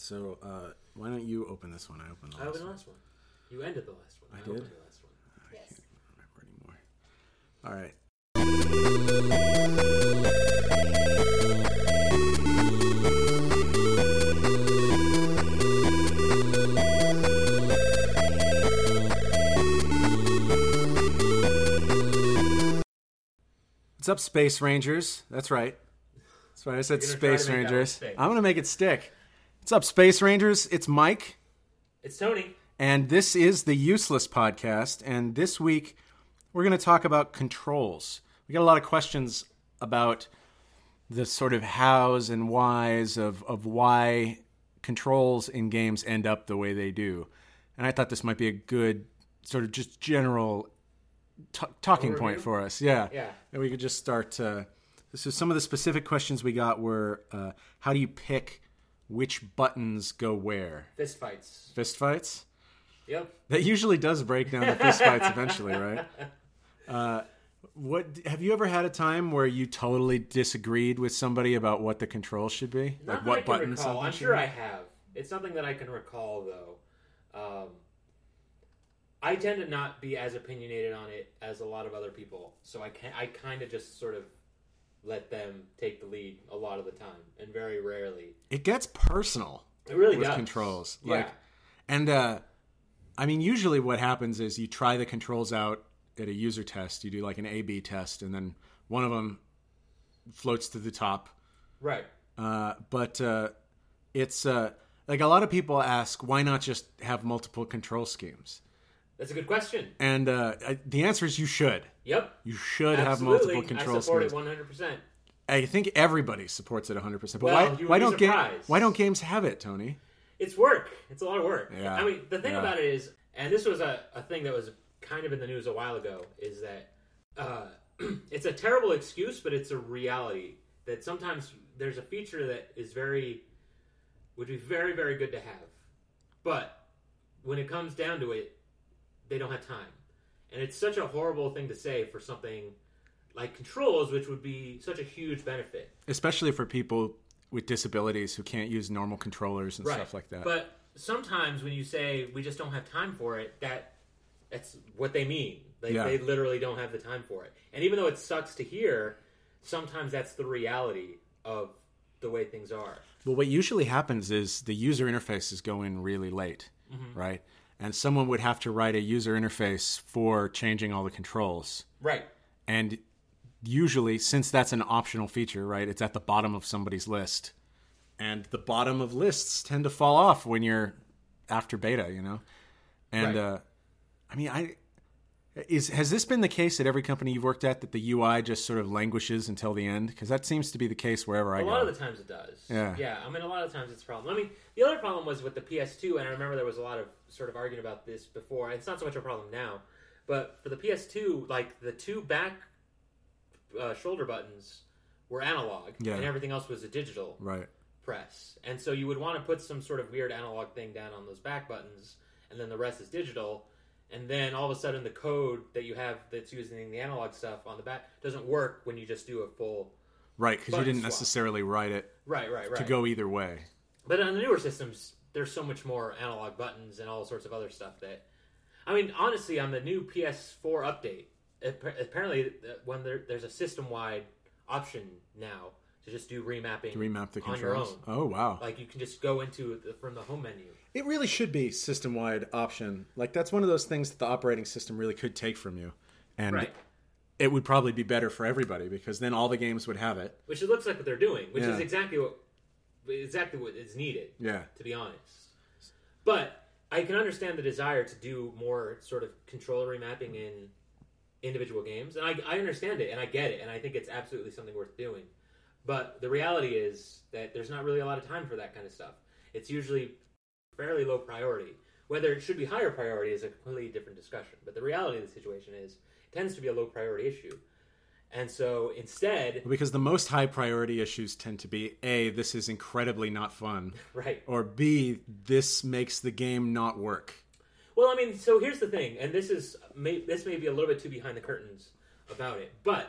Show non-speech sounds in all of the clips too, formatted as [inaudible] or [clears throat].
So uh, why don't you open this one? I opened the I last opened Oh, the one. last one. You ended the last one. I I, did? opened the last one. Yes. remember anymore. All right. What's up, Space Rangers? That's right. That's right. I said You're gonna try to Space make that one Rangers. stick. I'm going to make it stick. What's up, Space Rangers? It's Mike. It's Tony. And this is the Useless Podcast. And this week, we're going to talk about controls. We got a lot of questions about the sort of hows and whys of, of why controls in games end up the way they do. And I thought this might be a good sort of just general t- talking point Overview? for us. Yeah. Yeah. And we could just start. Uh, so some of the specific questions we got were uh, how do you pick which buttons go where? Fist fights. Fist fights? Yep. That usually does break down the fist fights eventually, [laughs] right? Uh, what have you ever had a time where you totally disagreed with somebody about what the controls should be, like Not that I what can buttons? recall. something I'm should sure be? I have. It's something that I can recall though. Um, I tend to not be as opinionated on it as a lot of other people, so I can I kind of just sort of let them take the lead a lot of the time, and very rarely It gets personal it really with does controls, Yeah. like, and uh, I mean, usually what happens is you try the controls out at a user test. You do like an A/B test, and then one of them floats to the top. right. Uh, but uh, it's uh, like a lot of people ask, why not just have multiple control schemes? That's a good question. And uh, I- the answer is you should. Yep. You should Absolutely. have multiple I control support schemes. it 100. percent I think everybody supports it 100. percent But Well, why, you would why be don't ga- surprised. why don't games have it, Tony? It's work. It's a lot of work. Yeah. I mean, the thing Yeah. about it is, and this was a, a thing that was kind of in the news a while ago, is that uh, [clears throat] it's a terrible excuse, but it's a reality that sometimes there's a feature that is very, would be very, very good to have. But when it comes down to it, they don't have time. And it's such a horrible thing to say for something like controls, which would be such a huge benefit. Especially for people with disabilities who can't use normal controllers and stuff like that. But sometimes when you say we just don't have time for it, that that's what they mean. Like Yeah. they literally don't have the time for it. And even though it sucks to hear, sometimes that's the reality of the way things are. Well, what usually happens is the user interfaces go in really late, Mm-hmm. right? And someone would have to write a user interface for changing all the controls. Right. And usually, since that's an optional feature, right, it's at the bottom of somebody's list. And the bottom of lists tend to fall off when you're after beta, you know? And Right. uh, I mean, I. Is, has this been the case at every company you've worked at that the UI just sort of languishes until the end? Because that seems to be the case wherever I A go. lot of the times it does. Yeah. Yeah. I mean, a lot of times it's a problem. I mean, the other problem was with the PS2, and I remember there was a lot of sort of arguing about this before. It's not so much a problem now, but for the PS2, like the two back uh, shoulder buttons were analog, Yeah. and everything else was a digital right. press. And so you would want to put some sort of weird analog thing down on those back buttons, and then the rest is digital. And then all of a sudden, the code that you have that's using the analog stuff on the back doesn't work when you just do a full. Right, because you Button didn't swap. necessarily write it Right, right, right. to go either way. But on the newer systems, there's so much more analog buttons and all sorts of other stuff that. I mean, honestly, on the new PS4 update, appa- apparently uh, when there, there's a system-wide option now to just do remapping, To remap the on your controls. own. Oh wow! Like you can just go into the, from the home menu. it really should be system-wide option. Like that's one of those things that the operating system really could take from you, and Right. it would probably be better for everybody because then all the games would have it. which it looks like what they're doing, which Yeah. is exactly what exactly what is needed, Yeah, to be honest. But I can understand the desire to do more sort of controller remapping in individual games, and I, I understand it and I get it, and I think it's absolutely something worth doing. But the reality is that there's not really a lot of time for that kind of stuff. It's usually fairly low priority. Whether it should be higher priority is a completely different discussion. But the reality of the situation is it tends to be a low priority issue. And so instead, because the most high priority issues tend to be a this is incredibly not fun, right, or b this makes the game not work. Well, I mean, so here's the thing, and this is may, this may be a little bit too behind the curtains about it, but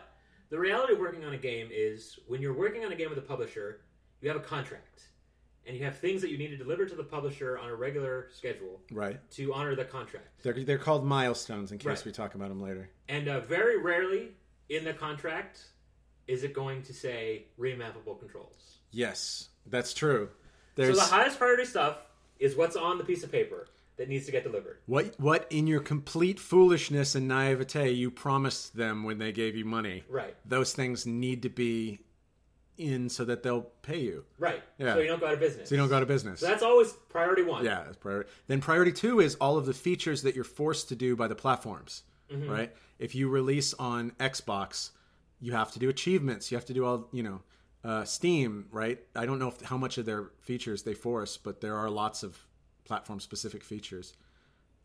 the reality of working on a game is when you're working on a game with a publisher, you have a contract, and you have things that you need to deliver to the publisher on a regular schedule Right. to honor the contract. They're, they're called milestones in case Right. we talk about them later. And uh, very rarely in the contract is it going to say remappable controls. Yes, that's true. There's So the highest priority stuff is what's on the piece of paper that needs to get delivered. what what in your complete foolishness and naivete you promised them when they gave you money. Right. Those things need to be in so that they'll pay you. Right. Yeah. So you don't go out of business. So you don't go out of business. So that's always priority one. Yeah, that's priority. Then priority two is all of the features that you're forced to do by the platforms, right? If you release on Xbox, you have to do achievements. You have to do all, you know, uh, Steam, right? I don't know if, how much of their features they force, but there are lots of platform-specific features,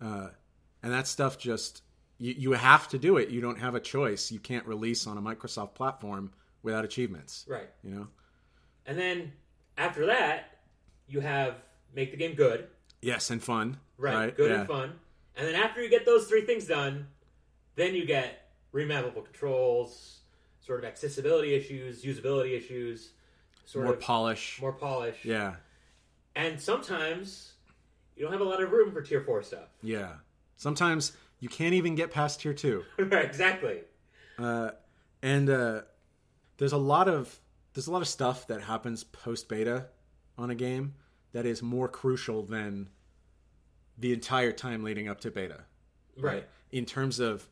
uh, and that stuff just you, you have to do it. You don't have a choice. You can't release on a Microsoft platform without achievements. Right. You know? And then after that, you have make the game good. Yes, and fun. Right. Right. Good yeah. and fun. And then after you get those three things done, then you get remappable controls, sort of accessibility issues, usability issues, sort More of polish. more polish. yeah. And sometimes you don't have a lot of room for tier four stuff. [laughs] Yeah. Sometimes you can't even get past tier two. right, exactly. And uh, there's a lot of there's a lot of stuff that happens post beta on a game that is more crucial than the entire time leading up to beta. Right. In terms of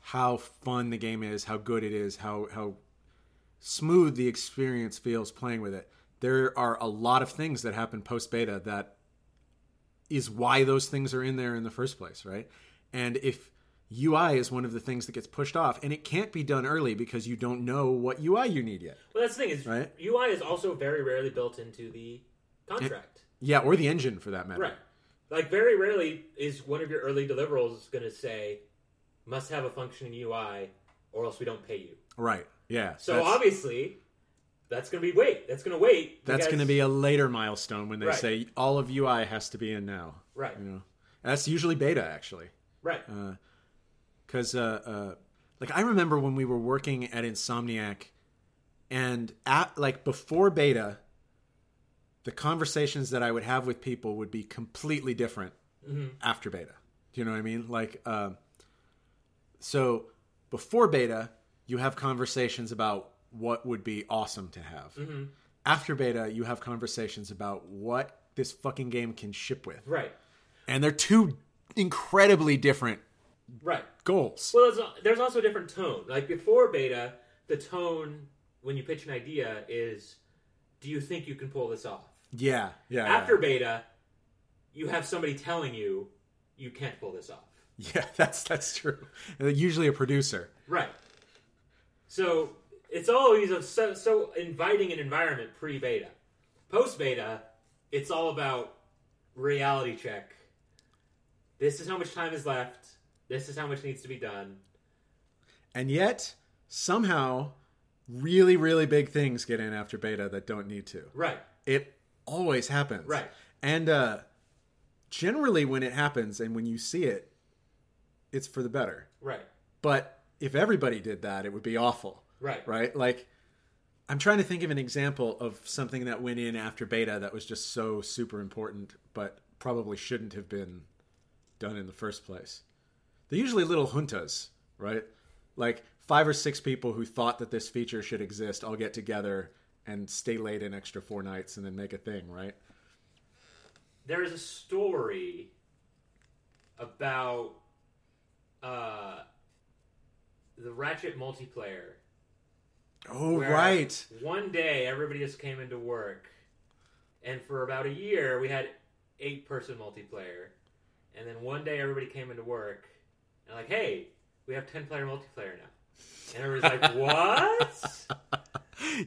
how fun the game is, how good it is, how how smooth the experience feels playing with it. There are a lot of things that happen post beta that is why those things are in there in the first place, right? And if UI is one of the things that gets pushed off, and it can't be done early because you don't know what UI you need yet. Well, that's the thing is Right. UI is also very rarely built into the contract. Yeah, or the engine for that matter. right. Like very rarely is one of your early deliverables going to say must have a functioning UI or else we don't pay you. Right. Yeah. So that's, obviously that's going to be wait. That's going to wait. that's because- going to be a later milestone when they Right. say all of UI has to be in now. right. You know, And that's usually beta actually. Right. Uh. because uh, uh, like I remember when we were working at Insomniac, and at like before beta, the conversations that I would have with people would be completely different after beta. Do you know what I mean? Like, uh, so before beta, you have conversations about what would be awesome to have. After beta, you have conversations about what this fucking game can ship with, right. and they're two incredibly different Right. goals. Well, there's, there's also a different tone. Like before beta, the tone when you pitch an idea is, do you think you can pull this off? Yeah, yeah. After beta, you have somebody telling you you can't pull this off. [laughs] yeah. yeah, that's that's true. And Usually a producer. Right. So it's always a, so, so inviting an environment pre beta. Post beta, it's all about reality check. This is how much time is left. This is how much needs to be done. And yet, somehow, really, really big things get in after beta that don't need to. Right. It always happens. Right. And uh, generally, when it happens and when you see it, it's for the better. Right. But if everybody did that, it would be awful. Right. Right? Like, I'm trying to think of an example of something that went in after beta that was just so super important, but probably shouldn't have been done in the first place. They're usually little juntas, right? Like, five or six people who thought that this feature should exist all get together and stay late an extra four nights and then make a thing, right? there is a story about uh, the Ratchet multiplayer. Oh, where right. One day, everybody just came into work, and for about a year, we had eight-person multiplayer. And then one day, everybody came into work and like, "Hey, we have ten-player multiplayer now." And [laughs] everybody's like, "What?"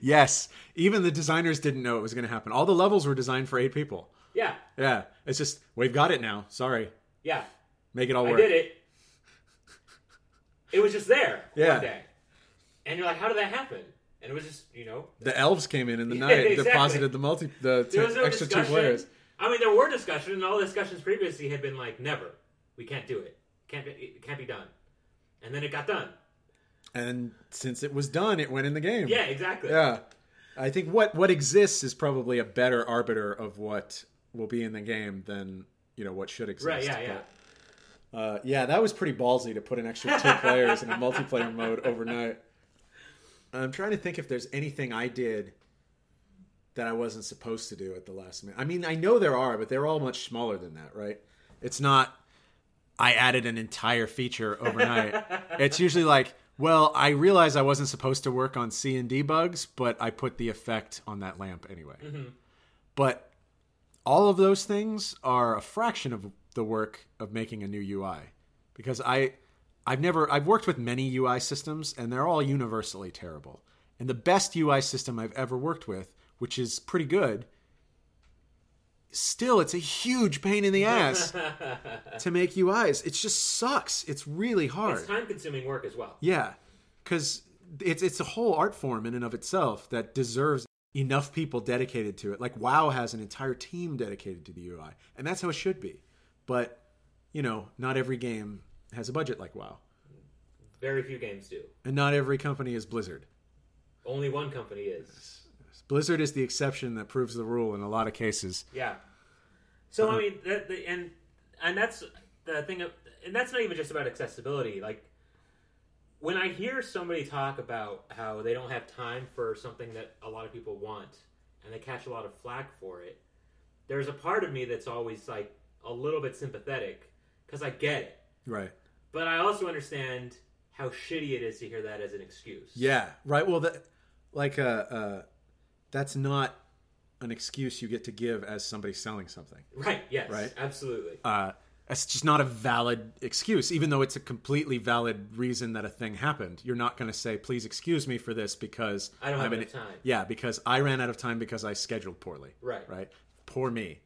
Yes. Even the designers didn't know it was going to happen. All the levels were designed for eight people. Yeah, Yeah, it's just we've got it now. Sorry, yeah, make it all I work. did it. It was just there Yeah. one day, and you're like, "How did that happen?" And it was just, you know, The elves came in in the Yeah, night, exactly. deposited the multi, the t- There was no extra discussion. two players. I mean, there were discussions, and all the discussions previously had been like, "Never, we can't do it. Can't be, it can't be done." And then it got done. And since it was done, it went in the game. Yeah, exactly. yeah. I think what what exists is probably a better arbiter of what will be in the game than you know what should exist. Right, yeah, yeah. But, uh, yeah, that was pretty ballsy to put an extra two players in a multiplayer mode overnight. I'm trying to think if there's anything I did that I wasn't supposed to do at the last minute. I mean, I know there are, but they're all much smaller than that, right? It's not I added an entire feature overnight. it's usually like, well, I realized I wasn't supposed to work on C and D bugs, but I put the effect on that lamp anyway. But all of those things are a fraction of the work of making a new UI because I I've never I've worked with many UI systems and they're all universally terrible. And the best UI system I've ever worked with, which is pretty good, still it's a huge pain in the ass to make UIs. It just sucks. It's really hard. It's time consuming work as well. Yeah, because it's it's a whole art form in and of itself that deserves enough people dedicated to it. Like WoW has an entire team dedicated to the UI, and that's how it should be. But you know, not every game has a budget like WoW, Very few games do. and not every company is Blizzard. Only one company is. Blizzard is the exception that proves the rule in a lot of cases. Yeah. Uh-huh. So I mean, that, the, and and that's the thing, of, and that's not even just about accessibility. Like when I hear somebody talk about how they don't have time for something that a lot of people want, and they catch a lot of flack for it, there's a part of me that's always like a little bit sympathetic because I get it, Right. but I also understand how shitty it is to hear that as an excuse. Yeah. Right. Well, that like uh, uh, that's not an excuse you get to give as somebody selling something. Right. Yes. Right. Absolutely. Uh, it's just not a valid excuse, even though it's a completely valid reason that a thing happened. You're not going to say, "Please excuse me for this because I don't have an- enough time. Yeah, because I ran out of time because I scheduled poorly. Right. Right. Poor me.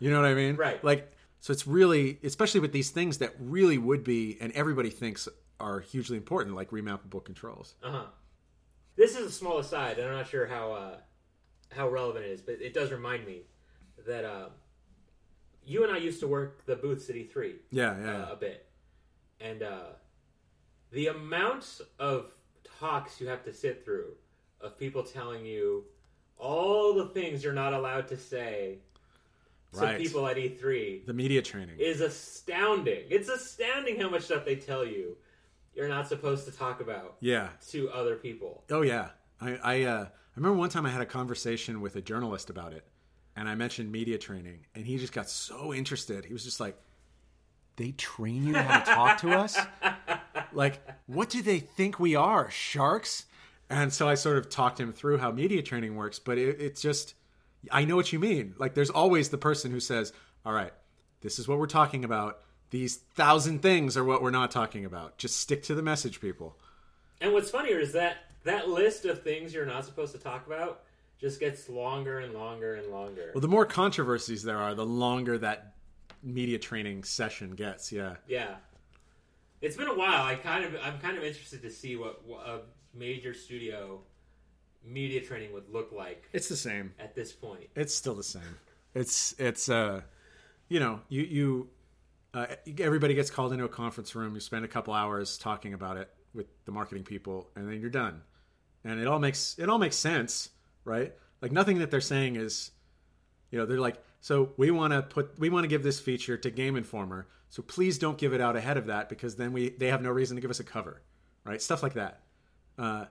You know what I mean? Right. Like, so it's really, especially with these things that really would be, and everybody thinks are hugely important, like remappable controls. Uh huh. This is a small aside, and I'm not sure how uh, how relevant it is, but it does remind me that uh, you and I used to work the Booth City Three Yeah, uh, yeah. a bit, and uh, the amount of talks you have to sit through of people telling you all the things you're not allowed to say to Right. people at E3 the media training. is astounding. It's astounding how much stuff they tell you you're not supposed to talk about yeah. to other people. Oh yeah. I I, uh, I remember one time I had a conversation with a journalist about it, and I mentioned media training, and he just got so interested. He was just like, "They train you how to talk to us? Like, what do they think we are, sharks?" And so I sort of talked him through how media training works, but it, it's just, I know what you mean. Like, there's always the person who says, "All right, this is what we're talking about." These thousand things are what we're not talking about. Just stick to the message, people. And what's funnier is that that list of things you're not supposed to talk about just gets longer and longer and longer. Well, the more controversies there are, the longer that media training session gets. Yeah. yeah, it's been a while. I kind of I'm kind of interested to see what, what a major studio media training would look like It's the same. at this point. It's still the same. It's it's uh you know, you you uh, everybody gets called into a conference room, you spend a couple hours talking about it with the marketing people and then you're done. And it all makes it all makes sense, right? Like nothing that they're saying is you know, they're like so we want to put we want to give this feature to Game Informer. So please don't give it out ahead of that because then we they have no reason to give us a cover, right? Stuff like that. Uh,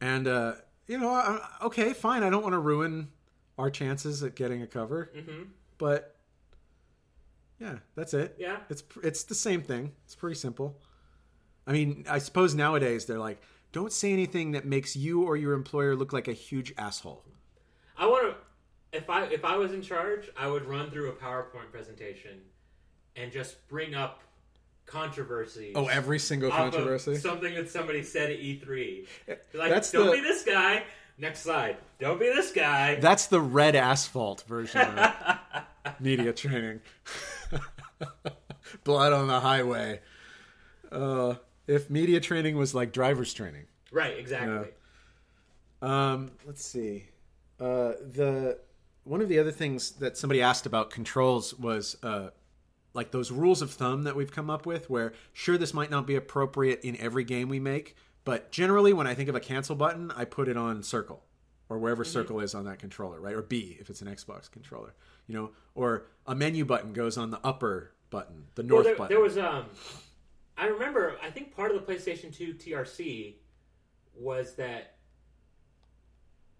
and uh, you know, I, I- okay, fine. I don't want to ruin our chances at getting a cover, hmm but yeah, that's it. Yeah, It's pr- it's the same thing. It's pretty simple. I mean, I suppose nowadays they're like, don't say anything that makes you or your employer look like a huge asshole. I want to. If I if I was in charge, I would run through a PowerPoint presentation and just bring up controversies. Oh, every single off of controversy. something that somebody said at E3. Like, That's don't the- be this guy. Next slide. Don't be this guy. That's the red asphalt version of media training. [laughs] Blood on the highway. Uh, if media training was like driver's training. right, exactly. Um, let's see. Uh, the one of the other things that somebody asked about controls was uh, like those rules of thumb that we've come up with. Where sure, this might not be appropriate in every game we make, but generally, when I think of a cancel button, I put it on circle or wherever Mm-hmm. circle is on that controller, right? Or B if it's an Xbox controller, you know, or a menu button goes on the upper button, the north Well, there, button. there was um, I remember. I think part of the PlayStation Two TRC was that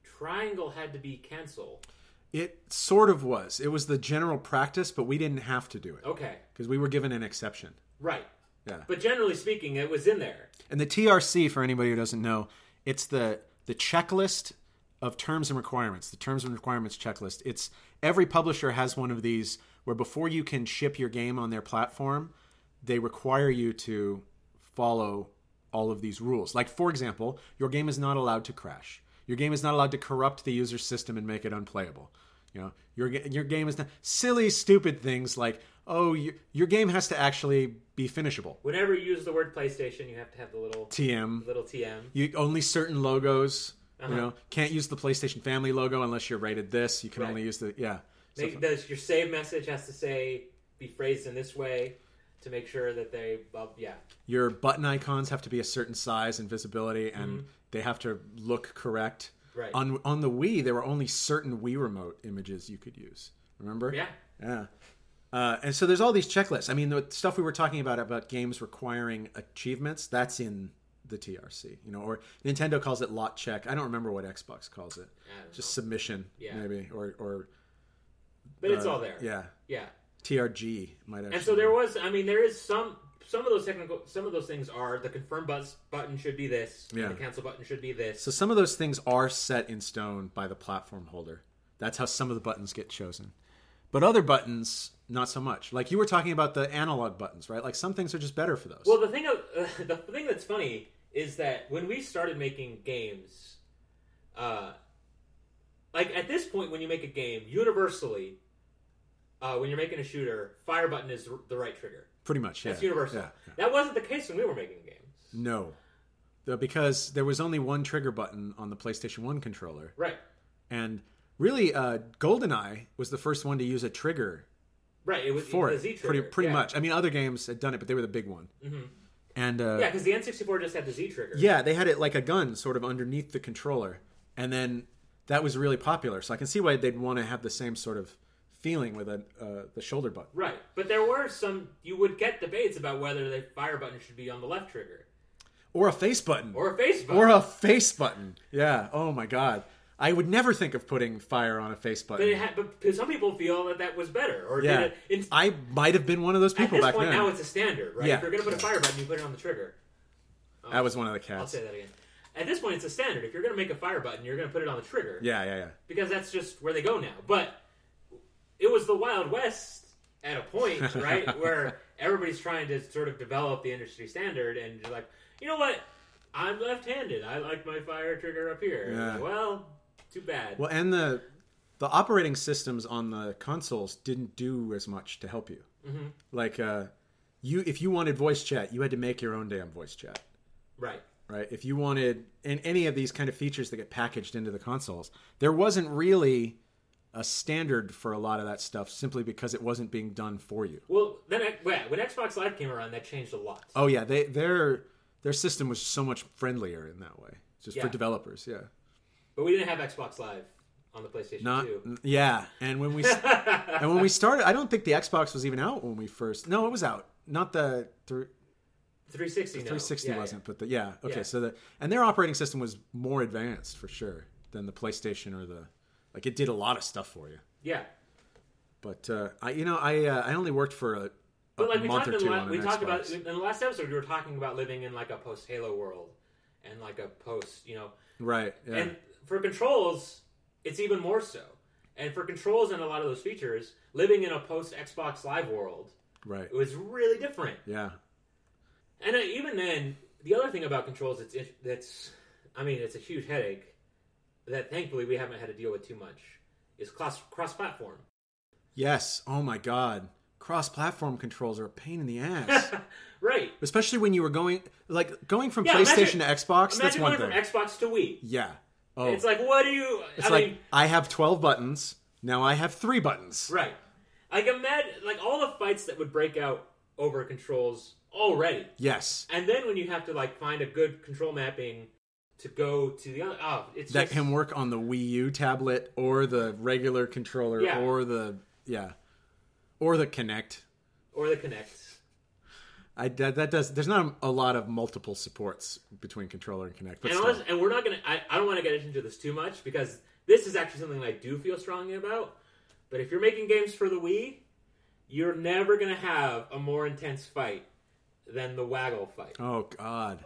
triangle had to be canceled. It sort of was. It was the general practice, but we didn't have to do it Okay, because we were given an exception. right. Yeah. But generally speaking, it was in there. And the TRC, for anybody who doesn't know, it's the the checklist of terms and requirements. The terms and requirements checklist. It's every publisher has one of these where before you can ship your game on their platform, they require you to follow all of these rules. Like for example, your game is not allowed to crash. Your game is not allowed to corrupt the user system and make it unplayable. You know, your ga- your game is not silly, stupid things like oh, your, your game has to actually be finishable. Whenever you use the word PlayStation, you have to have the little TM little TM. you only certain logos Uh-huh. you know can't use the playstation family logo unless you're rated this you can Right. only use the yeah So Make, does your save message has to say be phrased in this way to make sure that they well, yeah your button icons have to be a certain size and visibility and they have to look correct Mm-hmm. Right. on on the wii there were only certain wii remote images you could use remember yeah yeah uh, and so there's all these checklists i mean the stuff we were talking about about games requiring achievements that's in the trc you know or nintendo calls it lot check i don't remember what xbox calls it I don't know. just submission Yeah. maybe or or but it's uh, all there Yeah, yeah TRG might actually. and so there was I mean there is some some of those technical some of those things are the confirm bus button should be this and Yeah. the cancel button should be this So some of those things are set in stone by the platform holder. That's how some of the buttons get chosen, but other buttons not so much. Like you were talking about the analog buttons, right? Like some things are just better for those. Well, the thing of, [laughs] the thing that's funny is that when we started making games, uh, like at this point, when you make a game, universally, uh, when you're making a shooter, fire button is the- the right trigger. Pretty much, yeah. That's universal. Yeah, yeah. That wasn't the case when we were making games, No, The- because there was only one trigger button on the PlayStation One controller, right? and really, uh, GoldenEye was the first one to use a trigger Right. It was for the it. Z trigger. pretty pretty yeah. Mm-hmm. much. I mean, other games had done it, but they were the big one. And uh, Yeah, because the N64 just had the Z trigger. Yeah, they had it like a gun sort of underneath the controller. And then that was really popular. So I can see why they'd want to have the same sort of feeling with a, uh, the shoulder button. Right. But there were some. You would get debates about whether the fire button should be on the left trigger Or a face button. or a face button. Or a face button. Yeah. Oh my God. I would never think of putting fire on a face But, it button. had, but some people feel that that was better, or Yeah. did it, in, I might have been one of those at people this back point then. now it's a standard, right? Yeah. If you're gonna put a fire button, you put it on the trigger. that was one of the I'll cats. say that again. At this point, it's a standard. If you're gonna make a fire button, you're gonna put it on the trigger Yeah, yeah, yeah. because that's just where they go now. But it was the Wild West at a [laughs] point, right, where everybody's trying to sort of develop the industry standard, and you're like, you know what? I'm left-handed. I like my fire trigger up here. Yeah. Well, too bad. Well, and the the operating systems on the consoles didn't do as much to help you. Like, uh, you if you wanted voice chat, you had to make your own damn voice chat, Right. right? If you wanted and any of these kind of features that get packaged into the consoles, there wasn't really a standard for a lot of that stuff simply because it wasn't being done for you. Well, then I, yeah, when Xbox Live came around, that changed a lot. Oh yeah, they their their system was so much friendlier in that way, just for Yeah. developers. Yeah, But we didn't have Xbox Live on the PlayStation not 2. yeah. And when we. [laughs] and when we started, I don't think the Xbox was even out when we first. No, it was out. Not the thr 360 no. 360 Yeah, yeah. wasn't, but the yeah. Okay, Yeah. so the and their operating system was more advanced for sure than the PlayStation or the like. It did a lot of stuff for you, Yeah. but uh, I you know I uh, I only worked for a, a But like we month talked, or in the two la- on we an talked Xbox. about in the last episode we were talking about living in like a post Halo world and like a post, you know. right. Yeah. And for controls, it's even more so. And for controls and a lot of those features, living in a post Xbox Live world right. it was really different. Yeah. And uh, even then, the other thing about controls that's in- that's, I mean, it's a huge headache that thankfully we haven't had to deal with too much is cross cross platform. Yes. Oh my God. Cross-platform controls are a pain in the [laughs] ass, Right. especially when you were going like going from Yeah, PlayStation imagine- to Xbox. That's Imagine one going thing. from Xbox to Wii. yeah. Oh, It's like, what do you? It's I like mean, I have twelve buttons. Now I have three buttons. right? Like imagine, like all the fights that would break out over controls already, Yes. and then when you have to like find a good control mapping to go to the other. Oh, it's that just, can work on the Wii U tablet or the regular controller Yeah. or the yeah or the Kinect. or the Kinect. I that, that does. There's not a lot of multiple supports between controller and Kinect, but and, still. honest, and we're not gonna. I, I don't want to get into this too much because this is actually something I do feel strongly about. But if you're making games for the Wii, you're never gonna have a more intense fight than the Waggle fight. oh God,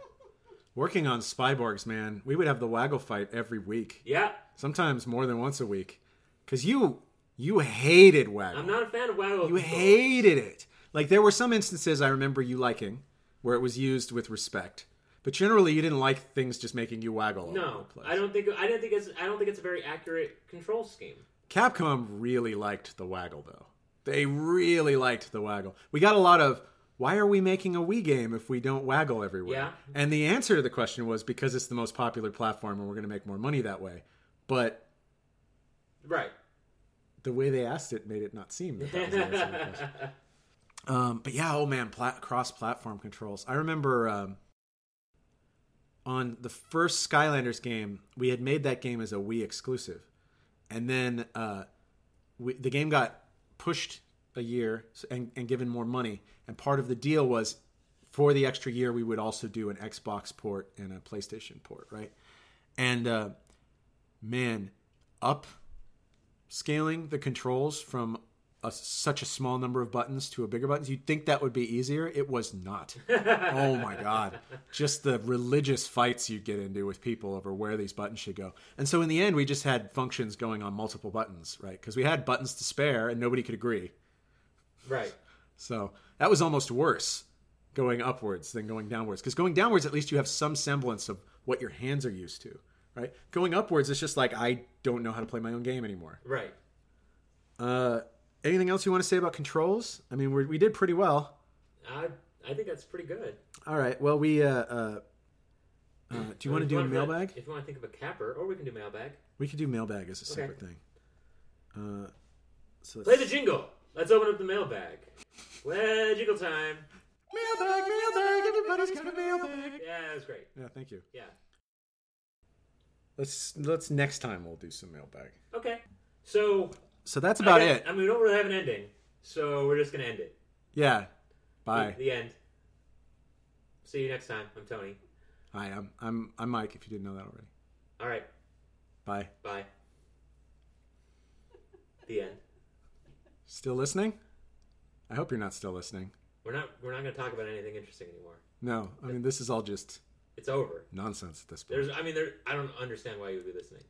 working on Spyborgs, man, we would have the waggle fight every week, Yeah, sometimes more than once a week, because you you hated waggle. I'm not a fan of Waggle. You control. hated it. Like there were some instances I remember you liking where it was used with respect, but generally you didn't like things just making you waggle. all over No, the place. I don't think. I don't think it's. I don't think it's a very accurate control scheme. Capcom really liked the waggle though. They really liked the waggle. We got a lot of why are we making a Wii game if we don't waggle everywhere? Yeah. And the answer to the question was because it's the most popular platform and we're going to make more money that way. But Right. the way they asked it made it not seem that that was the answer [laughs] to [laughs] the question. Um, but yeah, oh man, plat- cross-platform controls. I remember um, on the first Skylanders game, we had made that game as a Wii exclusive, and then uh, we, the game got pushed a year s- and, and given more money. And part of the deal was for the extra year, we would also do an Xbox port and a PlayStation port, right? And uh, man, up scaling the controls from a, such a small number of buttons to a bigger buttons you'd think that would be easier it was not oh my god just the religious fights you get into with people over where these buttons should go and so in the end we just had functions going on multiple buttons right because we had buttons to spare and nobody could agree Right. so that was almost worse going upwards than going downwards. Because going downwards, at least you have some semblance of what your hands are used to, right? Going upwards, it's just like, I don't know how to play my own game anymore. Right. Uh, anything else you want to say about controls? I mean, we're, we did pretty well. I I think that's pretty good. All right. Well, we. Uh, uh, uh, do you want to do a mailbag? If you want to think of a capper, or we can do mailbag. We could do mailbag as a Okay. separate thing. Uh, so Play the jingle. Let's open up the mailbag. Well, jingle time. mailbag, mailbag. Everybody's got a mailbag. Yeah, that's great. Yeah, thank you. Yeah. Let's let's next time we'll do some mailbag. Okay. So So that's about I guess- it. I mean, we don't really have an ending, so we're just gonna end it. Yeah. Bye. The end. See you next time. I'm Tony. Hi, I'm I'm I'm Mike. If you didn't know that already. All right. Bye. Bye. The end. Still listening? I hope you're not still listening. We're not. We're not gonna talk about anything interesting anymore. No, I mean this is all just It's over. nonsense at this point. There's, I mean, there. I don't understand why you would be listening.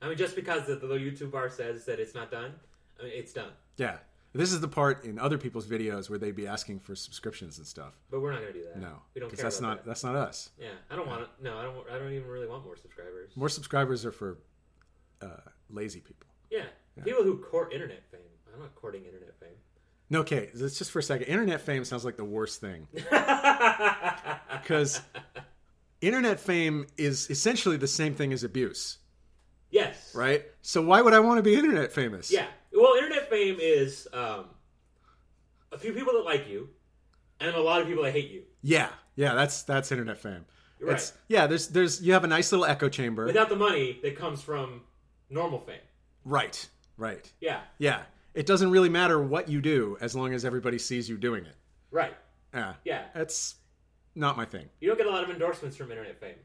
I mean, just because the, the YouTube bar says that it's not done, I mean, it's done. yeah. This is the part in other people's videos where they'd be asking for subscriptions and stuff. But we're not gonna do that. No, we don't 'cause care that's about not that. that's not us. Yeah, I don't want to. No, I don't. I don't even really want more subscribers. More subscribers are for uh, lazy people. Yeah, people who court internet fame. I'm not courting internet fame. [laughs] No, okay, let's just for a second. Internet fame sounds like the worst [laughs] thing because internet fame is essentially the same thing as abuse, yes. right? So why would I want to be internet famous? Yeah. Well, internet fame is um, a few people that like you, and a lot of people that hate you. Yeah, yeah, that's that's internet fame. You're right. It's- Yeah, there's there's you have a nice little echo chamber. Without the money that comes from normal fame. right, right. Yeah. Yeah, it doesn't really matter what you do as long as everybody sees you doing it. Right. Yeah, Yeah. that's not my thing. You don't get a lot of endorsements from internet fame.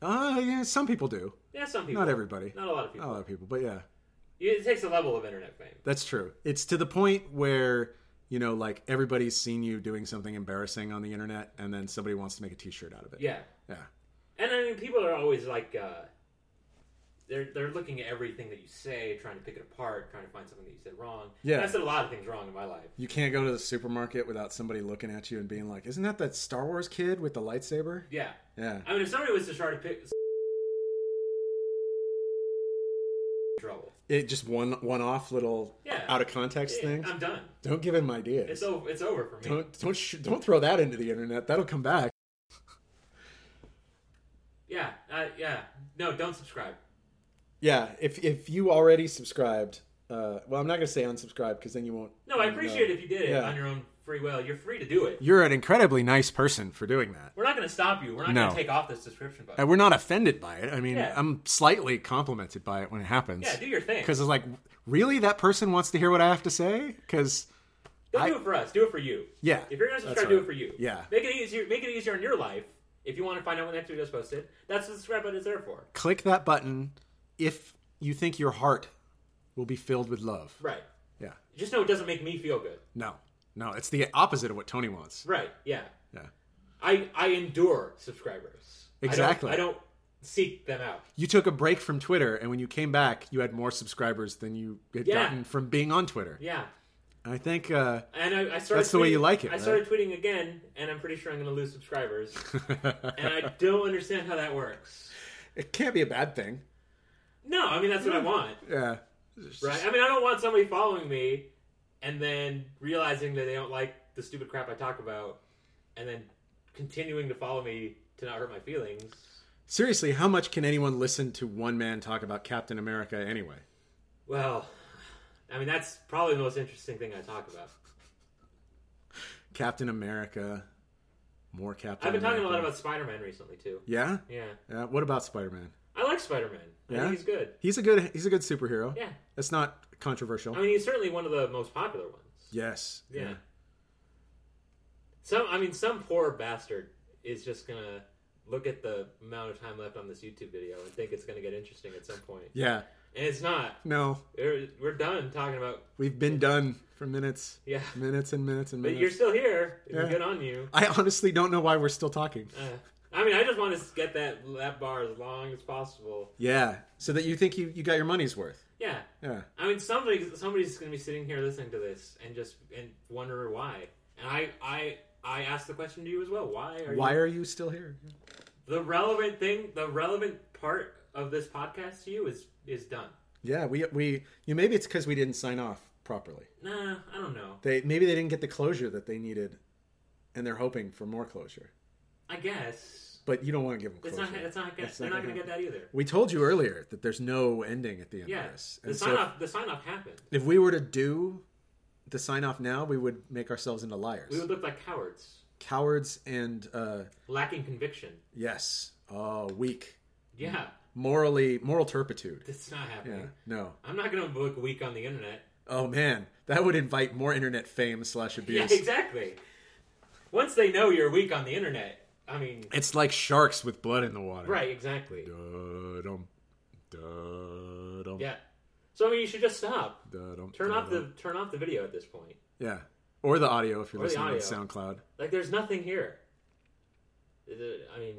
Uh, yeah, some people do, Yeah, some people. not everybody, Oh. Not a lot of not a people. lot of people, but yeah, It takes a level of internet fame. that's true. It's to the point where you know, like everybody's seen you doing something embarrassing on the internet, and then somebody wants to make a T-shirt out of it. Yeah. yeah, And I mean, people are always like, uh, they're they're looking at everything that you say, trying to pick it apart, trying to find something that you said wrong. Yeah. And I said a lot of things wrong in my life. you can't go to the supermarket without somebody looking at you and being like, "Isn't that that Star Wars kid with the lightsaber?" Yeah. Yeah. I mean, if somebody was to try to pick trouble, It just one one off little Yeah. out of context yeah, things. I'm done. Don't give him ideas. It's over. It's over for me. don't don't sh- don't throw that into the internet. That'll come back. Yeah. Uh, yeah. No, don't subscribe. Yeah, if if you already subscribed, uh, well, I'm not gonna say unsubscribe because then you won't. No, I appreciate it if you did it Yeah. on your own free will. You're free to do it. You're an incredibly nice person for doing that. We're not not going to stop you. We're not No. going to take off this description button. And we're not offended by it. I mean, Yeah. I'm slightly complimented by it when it happens. yeah, do your thing. Because it's like, really, that person wants to hear what I have to say? Because Don't do it for us. Do it for you. Yeah, If you're going to subscribe, right. do it for you. Yeah. Make it easier. Make it easier in your life. If you want to find out when that studio's posted, that's what the subscribe button is there for. click that button if you think your heart will be filled with love. Right. Yeah. Just know it doesn't make me feel good. No. No, it's the opposite of what Tony wants. Right. Yeah. Yeah. I I endure subscribers. I don't- Exactly. I don't, seek them out. You took a break from Twitter, and when you came back, you had more subscribers than you had Yeah. gotten from being on Twitter. Yeah. And I think uh, And I, I started. That's the way you tweeting- like it, I right? started tweeting again, and I'm pretty sure I'm going to lose subscribers. and [laughs] I don't understand how that works. [laughs] it can't be a bad thing. No, I mean that's what I want, Yeah. right? I mean I don't want somebody following me and then realizing that they don't like the stupid crap I talk about, and then continuing to follow me to not hurt my feelings. Seriously, how much can anyone listen to one man talk about Captain America anyway? Well, I mean that's probably the most interesting thing I talk about. Captain America, more Captain. I've been talking a lot America. about Spider-Man recently too. Yeah. Yeah, Yeah. Uh, What about Spider Man? I like Spider-Man. I Yeah? think he's good. He's a good. He's a good superhero. Yeah, That's not controversial. I mean he's certainly one of the most popular ones. yes. Yeah. Some, I mean, some poor bastard is just gonna look at the amount of time left on this YouTube video and think it's gonna get interesting at some point, Yeah. and it's not. No, We're, we're done talking about we've been done for minutes, [laughs] yeah, minutes and minutes and but minutes. you're still here. Yeah. Good on you. I honestly don't know why we're still talking. Uh, I mean, I just want to get that that bar as long as possible. Yeah. So that you think you, you got your money's worth. Yeah, Yeah. I mean, somebody somebody's gonna be sitting here listening to this and just and wonder why. And I I I asked the question to you as well. Why are you Why are you still here? the relevant thing the relevant part of this podcast to you is is done Yeah. We we you maybe it's because we didn't sign off properly. nah i don't know They maybe they didn't get the closure that they needed, and they're hoping for more closure. i guess But you don't want to give them it's closure. not it's not gonna It's they're not not gonna gonna get that either We told you earlier that there's no ending at the end yeah of this. the And sign so off the sign off happened if we were to do the sign off now, we would make ourselves into liars. we would look like cowards Cowards and uh lacking conviction yes, uh weak. yeah Morally moral turpitude. that's not happening Mm. Yeah. No. i'm not gonna look weak on the internet Oh man, that would invite more internet fame slash abuse. yeah exactly once they know you're weak on the internet i mean It's like sharks with blood in the water. right exactly Da-dum, da-dum, yeah so i mean you should just stop da-dum, turn off da-dum. the turn off the video at this point Yeah. Or the audio if you're Or the listening on SoundCloud. Like, there's nothing here. Is it- I mean,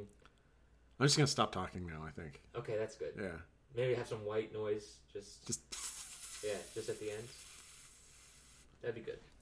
I'm just gonna stop talking now, I think. okay, that's good. Yeah. Maybe have some white noise, just, Just yeah, just at the end. That'd be good.